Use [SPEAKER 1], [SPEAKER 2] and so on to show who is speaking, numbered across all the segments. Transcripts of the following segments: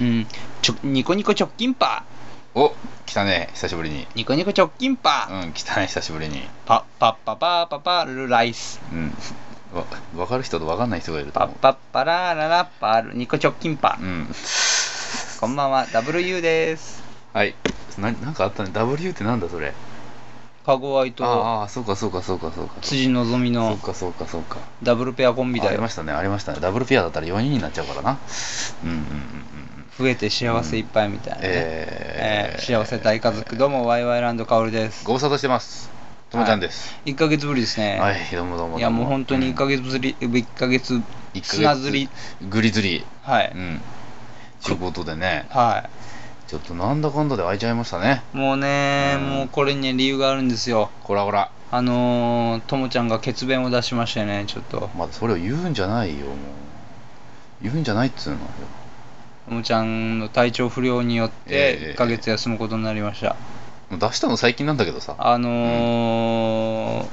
[SPEAKER 1] うん。ちょ、ニコニコ直近パ
[SPEAKER 2] お来たね久しぶりに
[SPEAKER 1] ー。ニコニコ直近パー。
[SPEAKER 2] うん来たね久しぶりに
[SPEAKER 1] パッパッパパーパパルルライス。
[SPEAKER 2] うんわ分かる人と分かんない人がいると
[SPEAKER 1] パ
[SPEAKER 2] 思
[SPEAKER 1] ッパッパラーララパールニコ直近パ
[SPEAKER 2] ううん
[SPEAKER 1] ー。こんばんは、WU です。
[SPEAKER 2] はいななんかあったね W ってなんだそれ
[SPEAKER 1] カゴアイと
[SPEAKER 2] ああそうかそうかそうかそうか
[SPEAKER 1] 辻希美
[SPEAKER 2] そう
[SPEAKER 1] の
[SPEAKER 2] かそうかそうか
[SPEAKER 1] ダブルペアコンビ
[SPEAKER 2] あ
[SPEAKER 1] だ
[SPEAKER 2] りま
[SPEAKER 1] よ。
[SPEAKER 2] したねありましたねダブルペアだったら4人になっちゃうからなうんうんうんうんうん
[SPEAKER 1] 増えて幸せいっぱいみたいなね。
[SPEAKER 2] え
[SPEAKER 1] え
[SPEAKER 2] ー
[SPEAKER 1] ー幸せ大家族、どうも、ワイワイランドカオルです。
[SPEAKER 2] ご無沙汰してますともちゃんです
[SPEAKER 1] 1ヶ月ぶりですね。
[SPEAKER 2] はい、どうもどうもどうも
[SPEAKER 1] いや、もう本当に1ヶ
[SPEAKER 2] 月
[SPEAKER 1] 月ぶり、一ヶ月、砂ずり。
[SPEAKER 2] グリズリ
[SPEAKER 1] は
[SPEAKER 2] う
[SPEAKER 1] い。
[SPEAKER 2] んちゅうことでね
[SPEAKER 1] はい。
[SPEAKER 2] ちょっとなんだかんだで開いちゃいましたね
[SPEAKER 1] もうね、
[SPEAKER 2] うん
[SPEAKER 1] もうこれにね理由があるんですよ。
[SPEAKER 2] こらこら
[SPEAKER 1] あのー、ともちゃんが血便を出しましてね、ちょっと。
[SPEAKER 2] まだそれを言うんじゃないよもう言うんじゃないっつうのよ
[SPEAKER 1] ともちゃんの体調不良によっ
[SPEAKER 2] ええええ
[SPEAKER 1] て、1ヶ月休むことになりました。
[SPEAKER 2] もう出したの最近なんだけどさ
[SPEAKER 1] あのー、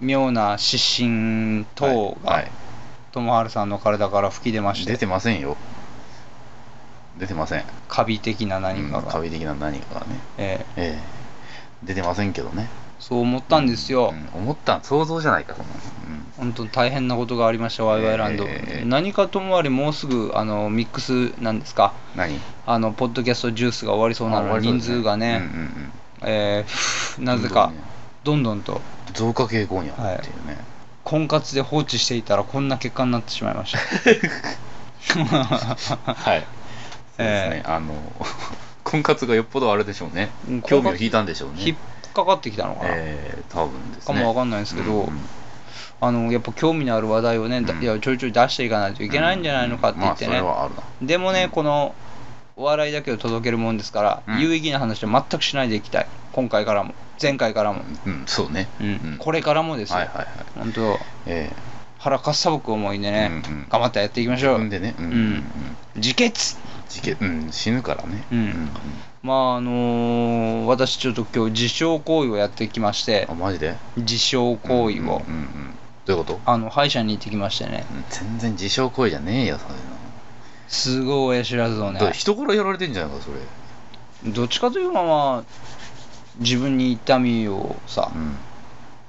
[SPEAKER 1] 妙な湿疹等
[SPEAKER 2] は
[SPEAKER 1] が
[SPEAKER 2] い、は
[SPEAKER 1] ともはるさんの体から吹き出ま
[SPEAKER 2] い
[SPEAKER 1] し
[SPEAKER 2] 出
[SPEAKER 1] て、
[SPEAKER 2] てませんよ出てません
[SPEAKER 1] カビ的な何か
[SPEAKER 2] うん
[SPEAKER 1] が。
[SPEAKER 2] 壁的な何かがね
[SPEAKER 1] ええ
[SPEAKER 2] ええ出てませんけどね
[SPEAKER 1] そう思ったんですよ。
[SPEAKER 2] うん思った想像じゃないかそんなの
[SPEAKER 1] 本当大変なことがありました、ワイワイランド。
[SPEAKER 2] ええええ
[SPEAKER 1] 何かともあれ、もうすぐあのミックスなんですか、
[SPEAKER 2] うん何
[SPEAKER 1] あのポッドキャストジュースが終わりそうな
[SPEAKER 2] あ終わ
[SPEAKER 1] の
[SPEAKER 2] りそう
[SPEAKER 1] に、人
[SPEAKER 2] ですね
[SPEAKER 1] 数がね、
[SPEAKER 2] うんうんうん
[SPEAKER 1] えーなぜか
[SPEAKER 2] 本
[SPEAKER 1] どんどんと
[SPEAKER 2] 当にね増加傾向にあるっていうね、
[SPEAKER 1] 婚活で放置していたらこんな結果になってしまい ました
[SPEAKER 2] はい。そうですね。あの、 婚活がよっぽどあれでしょうね
[SPEAKER 1] うん。
[SPEAKER 2] 興味を引いたんでしょうね。
[SPEAKER 1] 引っかかってきたのかな、
[SPEAKER 2] ええ多分です
[SPEAKER 1] か
[SPEAKER 2] ね。
[SPEAKER 1] もわかんないんですけど、
[SPEAKER 2] うんうん
[SPEAKER 1] あのやっぱ興味のある話題をね、だ
[SPEAKER 2] うん
[SPEAKER 1] いやちょいちょい出していかないといけないんじゃないのかって言ってね、
[SPEAKER 2] まあ、それはあるな。
[SPEAKER 1] でもね、
[SPEAKER 2] うん
[SPEAKER 1] このお笑いだけを届けるもんですから、
[SPEAKER 2] うん
[SPEAKER 1] 有意義な話は全くしないでいきたい今回からも前回からも、
[SPEAKER 2] うん、そうね。
[SPEAKER 1] うん
[SPEAKER 2] うん
[SPEAKER 1] これからもですよ、
[SPEAKER 2] はいはいはい。
[SPEAKER 1] 本当
[SPEAKER 2] え
[SPEAKER 1] 腹かっさぶく思いでね、
[SPEAKER 2] うんうん
[SPEAKER 1] 頑張ってやっていきまし
[SPEAKER 2] え
[SPEAKER 1] ょ
[SPEAKER 2] うん
[SPEAKER 1] う
[SPEAKER 2] でね、うん
[SPEAKER 1] う
[SPEAKER 2] うんん
[SPEAKER 1] 自決
[SPEAKER 2] 事件、うん、死ぬからね。
[SPEAKER 1] うんまああのー私ちょっと今日自傷行為をやってきまして
[SPEAKER 2] あ、マジで
[SPEAKER 1] 自傷行為を、
[SPEAKER 2] うんうんうんどういうこと
[SPEAKER 1] あの歯医者に行ってきましてね
[SPEAKER 2] うん全然自傷行為じゃねえよ、それ
[SPEAKER 1] すごい親知らずを
[SPEAKER 2] な。
[SPEAKER 1] ね
[SPEAKER 2] だって人からやられてんじゃないか、それ。
[SPEAKER 1] どっちかというとまあ自分に痛みをさ、
[SPEAKER 2] う
[SPEAKER 1] っ
[SPEAKER 2] ん。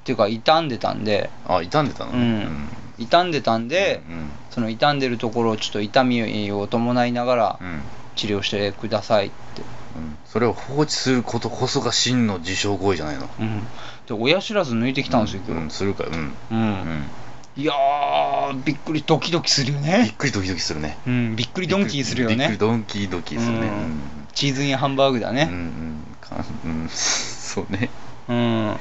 [SPEAKER 1] ていうか傷んでたんで
[SPEAKER 2] あ、傷んでたの
[SPEAKER 1] う
[SPEAKER 2] ね
[SPEAKER 1] ん、傷んでたんで、
[SPEAKER 2] うん。
[SPEAKER 1] その傷んでるところをちょっと痛みを伴いながら
[SPEAKER 2] うんうん
[SPEAKER 1] 治療してくださいって、
[SPEAKER 2] うんそれを放置することこそが真の自傷行為じゃないの。
[SPEAKER 1] うん、で親知らず抜いてきたんですよ、
[SPEAKER 2] う
[SPEAKER 1] 今
[SPEAKER 2] ん、
[SPEAKER 1] 日、
[SPEAKER 2] するかよ。うん。
[SPEAKER 1] う
[SPEAKER 2] うんん。
[SPEAKER 1] いやーびっくりドキドキするよ
[SPEAKER 2] びっ
[SPEAKER 1] ね
[SPEAKER 2] くりドキドキするね。
[SPEAKER 1] うんびっくりドンキーするよ
[SPEAKER 2] びっくり
[SPEAKER 1] ね
[SPEAKER 2] ドンキードキーするね。
[SPEAKER 1] う
[SPEAKER 2] うんん。
[SPEAKER 1] チーズインハンバーグだ
[SPEAKER 2] うん
[SPEAKER 1] ね
[SPEAKER 2] うんかうん。 そうね。
[SPEAKER 1] うん、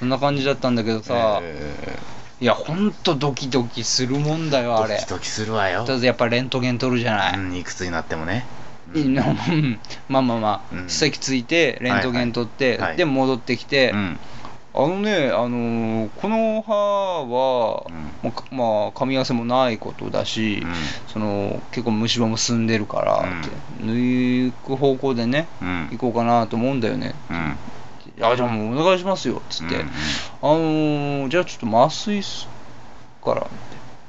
[SPEAKER 1] そんな感じだったんだけどさ、
[SPEAKER 2] え
[SPEAKER 1] いやほんとドキドキするもんだよ
[SPEAKER 2] ー
[SPEAKER 1] あれ
[SPEAKER 2] ドキドキするわよ。
[SPEAKER 1] とりあえずやっぱレントゲン取るじゃない、
[SPEAKER 2] うん、いくつになってもね。
[SPEAKER 1] いいのうん まあまあまあ、
[SPEAKER 2] うん
[SPEAKER 1] 席ついてレントゲン取って、
[SPEAKER 2] はいはいはい
[SPEAKER 1] で戻ってきて、
[SPEAKER 2] うん。
[SPEAKER 1] あのね、あのーこの歯は、
[SPEAKER 2] う
[SPEAKER 1] まあかまあ、噛み合わせもないことだし、
[SPEAKER 2] うん
[SPEAKER 1] その結構虫歯も進んでるから、って抜く方向でね、
[SPEAKER 2] うん
[SPEAKER 1] 行こうかなと思うんだよね。
[SPEAKER 2] うん。
[SPEAKER 1] あじゃあもうお願いしますよっつって、
[SPEAKER 2] うんう
[SPEAKER 1] あ
[SPEAKER 2] ん
[SPEAKER 1] のーじゃあちょっと麻酔すっからって、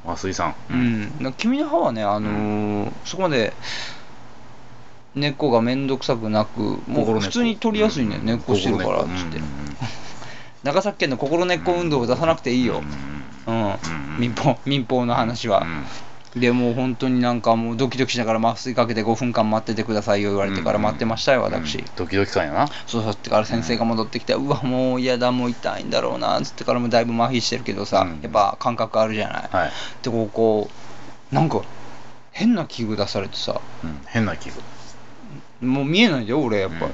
[SPEAKER 2] 麻酔さん。
[SPEAKER 1] うん、な君の歯はね、あのーそこまで根っこがめんどくさくなく、もう普通に取りやすいね、根っこしてるからっつって。長崎県の心根っこ運動を出さなくていいよ、うん
[SPEAKER 2] ん
[SPEAKER 1] 民放民放の話は、でもう本当になんかもうドキドキしながら麻酔かけて5分間待っててくださいよ言われてから待ってましたよ、私、
[SPEAKER 2] うんドキドキ感やな。
[SPEAKER 1] そうそうってから先生が戻ってきて、うわもう嫌だもう痛いんだろうなっつってからもだいぶ麻痺してるけどさ、
[SPEAKER 2] うん
[SPEAKER 1] やっぱ感覚あるじゃない、
[SPEAKER 2] はい。
[SPEAKER 1] でこうこうなんか変な器具出されてさ
[SPEAKER 2] うん変な気分。
[SPEAKER 1] もう見えないよ俺やっぱ、
[SPEAKER 2] うん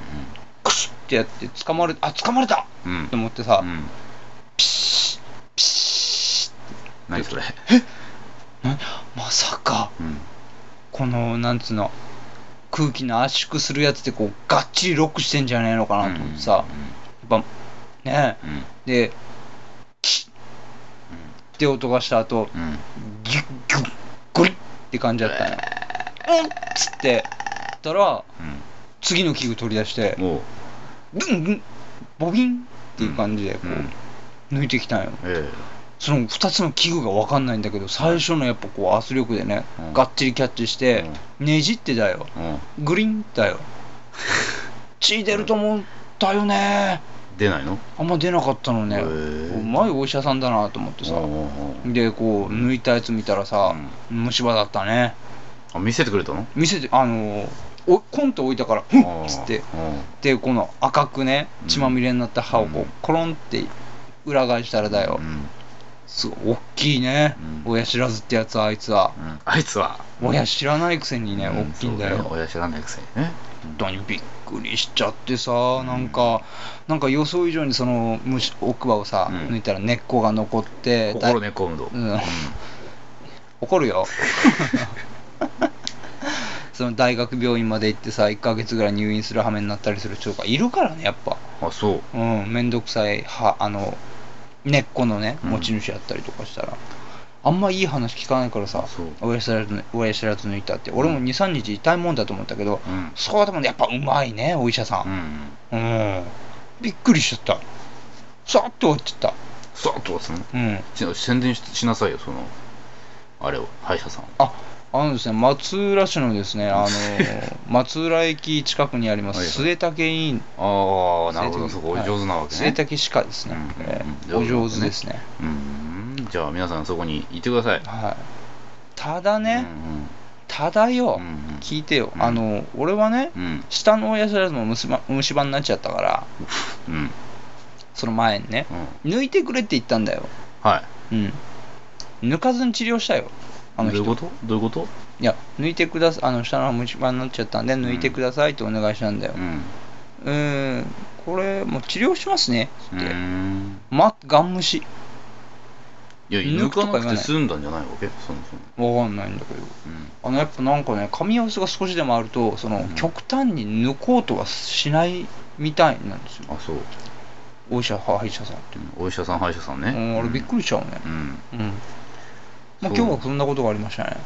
[SPEAKER 1] クシュッてやって掴まれあ掴まれた、
[SPEAKER 2] うん
[SPEAKER 1] と思ってさ、
[SPEAKER 2] うん。
[SPEAKER 1] ピシッピシッ
[SPEAKER 2] 何それ。
[SPEAKER 1] なまさか
[SPEAKER 2] うん。
[SPEAKER 1] このなんつうの空気の圧縮するやつでこうがっちりロックしてんじゃねえのかなと思ってさ、やっぱね
[SPEAKER 2] うん。うん
[SPEAKER 1] えでキッって音がした後
[SPEAKER 2] うん。
[SPEAKER 1] ギュッギュッゴリッって感じだったねうんっつってたら次の器具取り出して
[SPEAKER 2] うん。もう。
[SPEAKER 1] ブンブンボビンっていう感じでこう、
[SPEAKER 2] うん
[SPEAKER 1] 抜いてきたんよ
[SPEAKER 2] ええ
[SPEAKER 1] その2つの器具が分かんないんだけど最初のやっぱこう圧力でね、
[SPEAKER 2] うん
[SPEAKER 1] がっちりキャッチして、ねじってだよ
[SPEAKER 2] うん
[SPEAKER 1] グリン だよ血出ると思ったよね
[SPEAKER 2] 出ないの
[SPEAKER 1] あんま出なかったのね
[SPEAKER 2] へ
[SPEAKER 1] う
[SPEAKER 2] ー
[SPEAKER 1] まいお医者さんだなと思ってさ
[SPEAKER 2] うんうんうん
[SPEAKER 1] でこう抜いたやつ見たらさ、虫歯だったね
[SPEAKER 2] あ見せてくれたの
[SPEAKER 1] 見せてあのーおコンと置いたから「ふんっ!」つって
[SPEAKER 2] う
[SPEAKER 1] でこの赤くね
[SPEAKER 2] うん
[SPEAKER 1] 血まみれになった歯をこ
[SPEAKER 2] う
[SPEAKER 1] うんコロンって裏返したらだよ
[SPEAKER 2] んうん
[SPEAKER 1] すごい大きいね
[SPEAKER 2] うん
[SPEAKER 1] 親知らずってやつはあいつは
[SPEAKER 2] うんあいつは
[SPEAKER 1] 親知らないくせにね
[SPEAKER 2] う
[SPEAKER 1] 大きいんだよ
[SPEAKER 2] そうね親知らないくせにね
[SPEAKER 1] 本当にびっくりしちゃってさなんかなんか予想以上にその虫奥歯をさ
[SPEAKER 2] うん
[SPEAKER 1] 抜いたら根っこが残ってだい
[SPEAKER 2] 心根コウンド
[SPEAKER 1] うん怒る よその大学病院まで行ってさ1ヶ月ぐらい入院する羽目になったりする人がいるからねやっぱ
[SPEAKER 2] あそ
[SPEAKER 1] う
[SPEAKER 2] う
[SPEAKER 1] ん面倒くさい歯あの根っこのね
[SPEAKER 2] うん
[SPEAKER 1] 持ち主やったりとかしたら、あんまいい話聞かないからさ
[SPEAKER 2] そう
[SPEAKER 1] 親知らず親知らず抜いたって俺も
[SPEAKER 2] うん
[SPEAKER 1] 23日痛いもんだと思ったけど、
[SPEAKER 2] うん
[SPEAKER 1] そこはでもやっぱうまいねお医者さ
[SPEAKER 2] うん
[SPEAKER 1] ん、
[SPEAKER 2] うん
[SPEAKER 1] うんびっくりしちゃったさっと落ちた
[SPEAKER 2] さあどうすんの
[SPEAKER 1] うん
[SPEAKER 2] し宣伝ししなさいよそのあれを歯医者さんを
[SPEAKER 1] ああのですね、松浦市のですね、 あの松浦駅近くにありま
[SPEAKER 2] はい
[SPEAKER 1] す、
[SPEAKER 2] は
[SPEAKER 1] 末
[SPEAKER 2] い
[SPEAKER 1] 竹委員、
[SPEAKER 2] ああなるほ
[SPEAKER 1] 末
[SPEAKER 2] ど
[SPEAKER 1] 竹
[SPEAKER 2] そこお上手なわけ
[SPEAKER 1] 末
[SPEAKER 2] ね
[SPEAKER 1] 竹歯科ですね、
[SPEAKER 2] うん
[SPEAKER 1] えー
[SPEAKER 2] う
[SPEAKER 1] お
[SPEAKER 2] ん
[SPEAKER 1] 上手ですね。
[SPEAKER 2] うんじゃあ皆さんそこに行ってください
[SPEAKER 1] はい、ただね、
[SPEAKER 2] う
[SPEAKER 1] ただよ、
[SPEAKER 2] んうんうん
[SPEAKER 1] 聞いてよ、
[SPEAKER 2] うん
[SPEAKER 1] あの俺はね、
[SPEAKER 2] うん
[SPEAKER 1] 下の親知らずも虫歯虫歯になっちゃったから、
[SPEAKER 2] うん
[SPEAKER 1] その前にね、
[SPEAKER 2] うん
[SPEAKER 1] 抜いてくれって言ったんだよ、
[SPEAKER 2] はい
[SPEAKER 1] うん、抜かずに治療したよ、あの人。
[SPEAKER 2] どういうことどういうこと
[SPEAKER 1] いや、抜いてくださあの下の虫歯になっちゃったんで、抜いてくださいってお願いしたんだよ。
[SPEAKER 2] うん
[SPEAKER 1] うーん、これ、もう治療しますね
[SPEAKER 2] う
[SPEAKER 1] って、
[SPEAKER 2] ーん
[SPEAKER 1] ま、ガン虫、
[SPEAKER 2] いや
[SPEAKER 1] 抜
[SPEAKER 2] 抜
[SPEAKER 1] くと
[SPEAKER 2] か
[SPEAKER 1] か言わ
[SPEAKER 2] な
[SPEAKER 1] ない
[SPEAKER 2] くて済んだんじゃないわけそもそも
[SPEAKER 1] わかんないんだけど、
[SPEAKER 2] うん
[SPEAKER 1] あのやっぱなんかね、紙合わせが少しでもあると、その、
[SPEAKER 2] うん
[SPEAKER 1] 極端に抜こうとはしないみたいなんですよ、
[SPEAKER 2] あそう
[SPEAKER 1] お医者、歯医者さんって。
[SPEAKER 2] お医者さん歯医者さん
[SPEAKER 1] う
[SPEAKER 2] ね
[SPEAKER 1] ん、俺、びっくりしちゃうね。
[SPEAKER 2] うん
[SPEAKER 1] うん。まあ、
[SPEAKER 2] そう
[SPEAKER 1] 今日はそんなことがありましたね。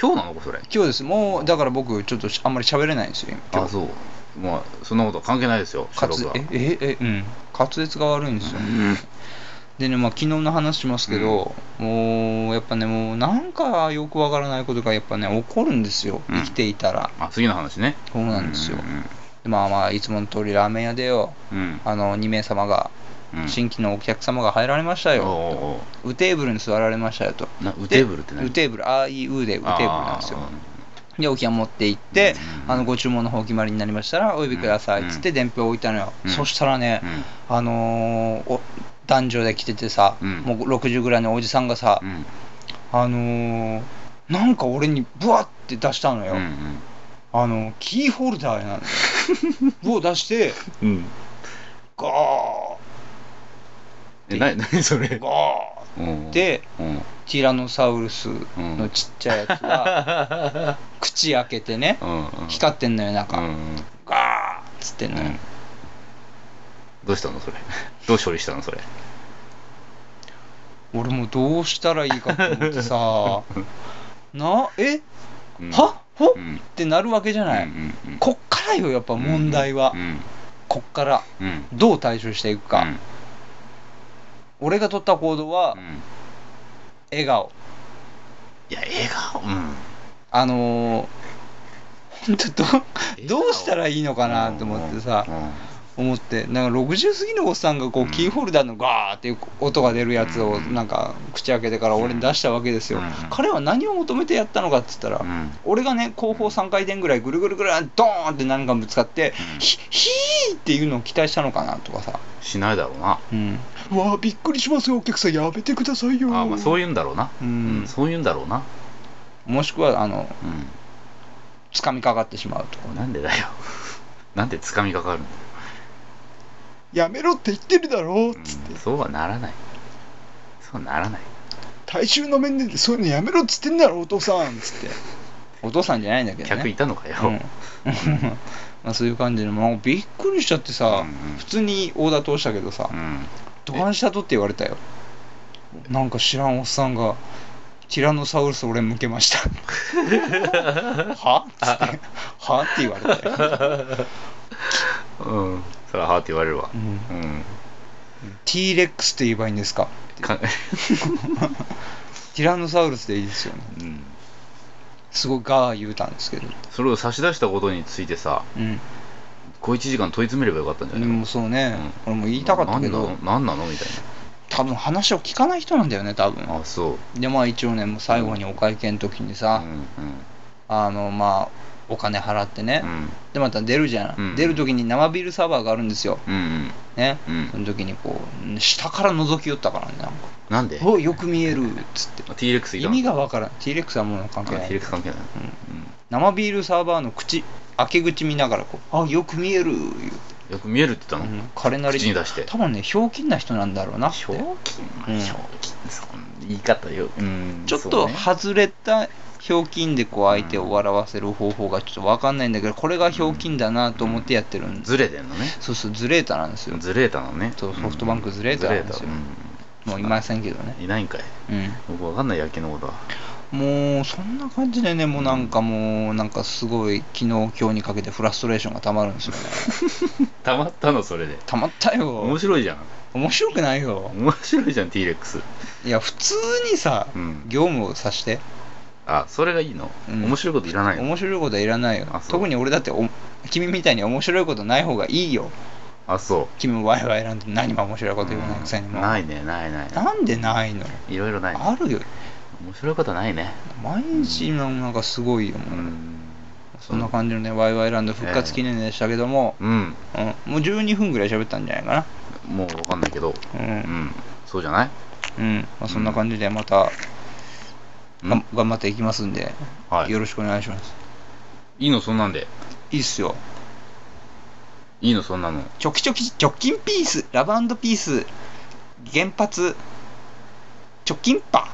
[SPEAKER 2] 今日なのかそれ
[SPEAKER 1] 今日です、もう、だから僕、ちょっとしあんまり喋れないんですよ、今
[SPEAKER 2] あそうまあそんなことは関係ないですよ
[SPEAKER 1] 滑
[SPEAKER 2] 収録は
[SPEAKER 1] えええうん滑舌が悪いんですよ、
[SPEAKER 2] うん
[SPEAKER 1] でねまあ昨日の話しますけど、もうやっぱねもうなんかよくわからないことがやっぱね起こるんですよ
[SPEAKER 2] う
[SPEAKER 1] 生
[SPEAKER 2] ん
[SPEAKER 1] きていたら、
[SPEAKER 2] あ次の話ね
[SPEAKER 1] そうなんですよ
[SPEAKER 2] うん
[SPEAKER 1] でまあまあいつもの通りラーメン屋でよ
[SPEAKER 2] うん
[SPEAKER 1] あの2名様が、
[SPEAKER 2] うん
[SPEAKER 1] 新規のお客様が入られましたよ
[SPEAKER 2] おうおうお
[SPEAKER 1] ウテーブルに座られましたよと
[SPEAKER 2] うなウテーブルって何
[SPEAKER 1] ウテーブルあいうでウテーブルなんですよ料金を持って行って、
[SPEAKER 2] うん
[SPEAKER 1] あのご注文の方お決まりになりましたらお呼びくださいっつって伝票を置いたのよ、
[SPEAKER 2] うん
[SPEAKER 1] そしたらね、あのーお男女で来ててさ、
[SPEAKER 2] うん
[SPEAKER 1] もう60ぐらいのおじさんがさ、
[SPEAKER 2] うん
[SPEAKER 1] あのーなんか俺にブワッて出したのよ、
[SPEAKER 2] うん
[SPEAKER 1] あのキーホルダー なんだよを出して
[SPEAKER 2] うんうん
[SPEAKER 1] ガー
[SPEAKER 2] えな何それ
[SPEAKER 1] ガーで
[SPEAKER 2] うん
[SPEAKER 1] ティラノサウルスのちっちゃいやつが 口開けてね
[SPEAKER 2] うんうん
[SPEAKER 1] 光ってんのよ中、
[SPEAKER 2] うんうん
[SPEAKER 1] ガーッつってんのよ、
[SPEAKER 2] うんどうしたのそれ どう処理したのそれ
[SPEAKER 1] 俺もどうしたらいいかと思って さなえ、
[SPEAKER 2] うん
[SPEAKER 1] はほ、
[SPEAKER 2] うん
[SPEAKER 1] ってなるわけじゃない、
[SPEAKER 2] うんうんうん
[SPEAKER 1] こっからよやっぱ問題は、
[SPEAKER 2] うん
[SPEAKER 1] こっから
[SPEAKER 2] うんうん
[SPEAKER 1] どう対処していくか、
[SPEAKER 2] うん
[SPEAKER 1] 俺が取った行動は
[SPEAKER 2] うん
[SPEAKER 1] 笑顔
[SPEAKER 2] いや笑顔うん
[SPEAKER 1] あのー、本当 どうどうしたらいいのかなと思ってさ
[SPEAKER 2] うんうん
[SPEAKER 1] 思ってなんか60過ぎのおっさんがこう
[SPEAKER 2] うん
[SPEAKER 1] キーホルダーのガーっていう音が出るやつを
[SPEAKER 2] うん
[SPEAKER 1] なんか口開けてから俺に出したわけですよ
[SPEAKER 2] うん
[SPEAKER 1] 彼は何を求めてやったのかっつったら
[SPEAKER 2] うん
[SPEAKER 1] 俺がね後方3回転ぐらいぐるぐるぐるんドーンって何かぶつかって
[SPEAKER 2] うん
[SPEAKER 1] ヒヒーっていうのを期待したのかなとかさ
[SPEAKER 2] しないだろうな
[SPEAKER 1] うんうわあびっくりしますよお客さんやめてくださいよ
[SPEAKER 2] あまあそういうんだろうな
[SPEAKER 1] う
[SPEAKER 2] うん
[SPEAKER 1] ん
[SPEAKER 2] そういうんだろうな
[SPEAKER 1] もしくはあの
[SPEAKER 2] うん
[SPEAKER 1] 掴みかかってしまうとか
[SPEAKER 2] なんでだよ なんでつかみかかるの
[SPEAKER 1] やめろって言ってるだろ
[SPEAKER 2] うんそうはならないそうはならない
[SPEAKER 1] 大衆の面でそういうのやめろっつってんだろお父さんっつってお父さんじゃないんだけどね
[SPEAKER 2] 客いたのかよ、
[SPEAKER 1] うん まあそういう感じでもうびっくりしちゃってさ、
[SPEAKER 2] うんうん
[SPEAKER 1] 普通にオーダー通したけどさ
[SPEAKER 2] うん
[SPEAKER 1] 「どかんしたと」って言われたよなんか知らんおっさんが「ティラノサウルス俺向けま した」はっつって「は?」って言われて、
[SPEAKER 2] うんそれははーって言われるわ
[SPEAKER 1] うん
[SPEAKER 2] うん
[SPEAKER 1] T レックスって言えばいいんですかっって いうティラノサウルスでいいですよね
[SPEAKER 2] うん、
[SPEAKER 1] すごいガー言うたんですけど
[SPEAKER 2] それを差し出したことについてさ
[SPEAKER 1] うん
[SPEAKER 2] 小一時間問い詰めればよかったんじゃ
[SPEAKER 1] で
[SPEAKER 2] ない
[SPEAKER 1] もそうね、
[SPEAKER 2] うん
[SPEAKER 1] 俺も言いたかったけど
[SPEAKER 2] 何なの何なのみたい
[SPEAKER 1] 多分話を聞かない人なんだよね多分
[SPEAKER 2] なあそう
[SPEAKER 1] でまあ一応ねもう最後にお会計の時にさ、
[SPEAKER 2] うん
[SPEAKER 1] あのまあお金払ってね、
[SPEAKER 2] うん
[SPEAKER 1] でまた出るじゃん、
[SPEAKER 2] うん
[SPEAKER 1] 出る時に生ビールサーバーがあるんですよ
[SPEAKER 2] うんうん
[SPEAKER 1] ね、
[SPEAKER 2] うん
[SPEAKER 1] その時にこう下から覗き寄ったからねなんか
[SPEAKER 2] なんで
[SPEAKER 1] およく見えるっつって
[SPEAKER 2] あ T-Rex い
[SPEAKER 1] 意
[SPEAKER 2] た
[SPEAKER 1] 味がわからん T-Rex はもう関係
[SPEAKER 2] あ
[SPEAKER 1] ない
[SPEAKER 2] T-Rex 関係ない
[SPEAKER 1] 生ビールサーバーの口開け口見ながらこうあよく見える言う
[SPEAKER 2] うんよく見えるって言ったの
[SPEAKER 1] うん彼なり
[SPEAKER 2] 口に出して
[SPEAKER 1] 多分ねひょうきんな人なんだろうなって
[SPEAKER 2] ひょうきんまあ
[SPEAKER 1] うん
[SPEAKER 2] ひょうきんそん言い方ようん
[SPEAKER 1] ちょっ
[SPEAKER 2] そう
[SPEAKER 1] と
[SPEAKER 2] ね
[SPEAKER 1] 外れたひょうきんでこう相手を笑わせる方法がちょっとわかんないんだけどこれがひょうきんだなと思ってやってるんです、
[SPEAKER 2] ずれてんのね
[SPEAKER 1] そうそうズレータなんですよ
[SPEAKER 2] ずれたのね
[SPEAKER 1] そう
[SPEAKER 2] うん
[SPEAKER 1] ソフトバンクズレータなんですよ
[SPEAKER 2] ズレ
[SPEAKER 1] もういませんけどね
[SPEAKER 2] タうんいないんかい
[SPEAKER 1] うん
[SPEAKER 2] 僕わかんない野球のことは
[SPEAKER 1] もうそんな感じでねもうなんかもうなんかすごい昨日今日にかけてフラストレーションがたまるんですよね
[SPEAKER 2] たまったのそれで
[SPEAKER 1] たまった
[SPEAKER 2] 面
[SPEAKER 1] よ
[SPEAKER 2] 白いじゃん
[SPEAKER 1] 面白くないよ
[SPEAKER 2] 面白いじゃん T-Rex
[SPEAKER 1] いや普通にさ、
[SPEAKER 2] うん
[SPEAKER 1] 業務をさして
[SPEAKER 2] あそれがいいの
[SPEAKER 1] うん
[SPEAKER 2] 面白いこといらないの
[SPEAKER 1] 面白いことはいらないよ
[SPEAKER 2] あそう
[SPEAKER 1] 特に俺だってお君みたいに面白いことない方がいいよ
[SPEAKER 2] あそう
[SPEAKER 1] 君もワイワイ選んで何も面白いこと言わないくせにも
[SPEAKER 2] うんないねないない
[SPEAKER 1] なんでないの
[SPEAKER 2] いろいろないね
[SPEAKER 1] あるよ
[SPEAKER 2] 面白いことないね
[SPEAKER 1] 毎日のなんかすごいよ、
[SPEAKER 2] う
[SPEAKER 1] もうんそんな感じのねワイワイランド復活記念でしたけども、
[SPEAKER 2] うん
[SPEAKER 1] うん、もう12分ぐらい喋ったんじゃないか
[SPEAKER 2] もうわかんないけど
[SPEAKER 1] なう、
[SPEAKER 2] うんんそうじゃない
[SPEAKER 1] うんまあ、そんな感じでまた、
[SPEAKER 2] うん
[SPEAKER 1] がん頑張っていきますんで、
[SPEAKER 2] はい
[SPEAKER 1] よろしくお願いします
[SPEAKER 2] いいのそんなんで
[SPEAKER 1] いいっすよ
[SPEAKER 2] いいのそんなの
[SPEAKER 1] チョキチョキ、直近ピース、ラブピース、原発、直近パ、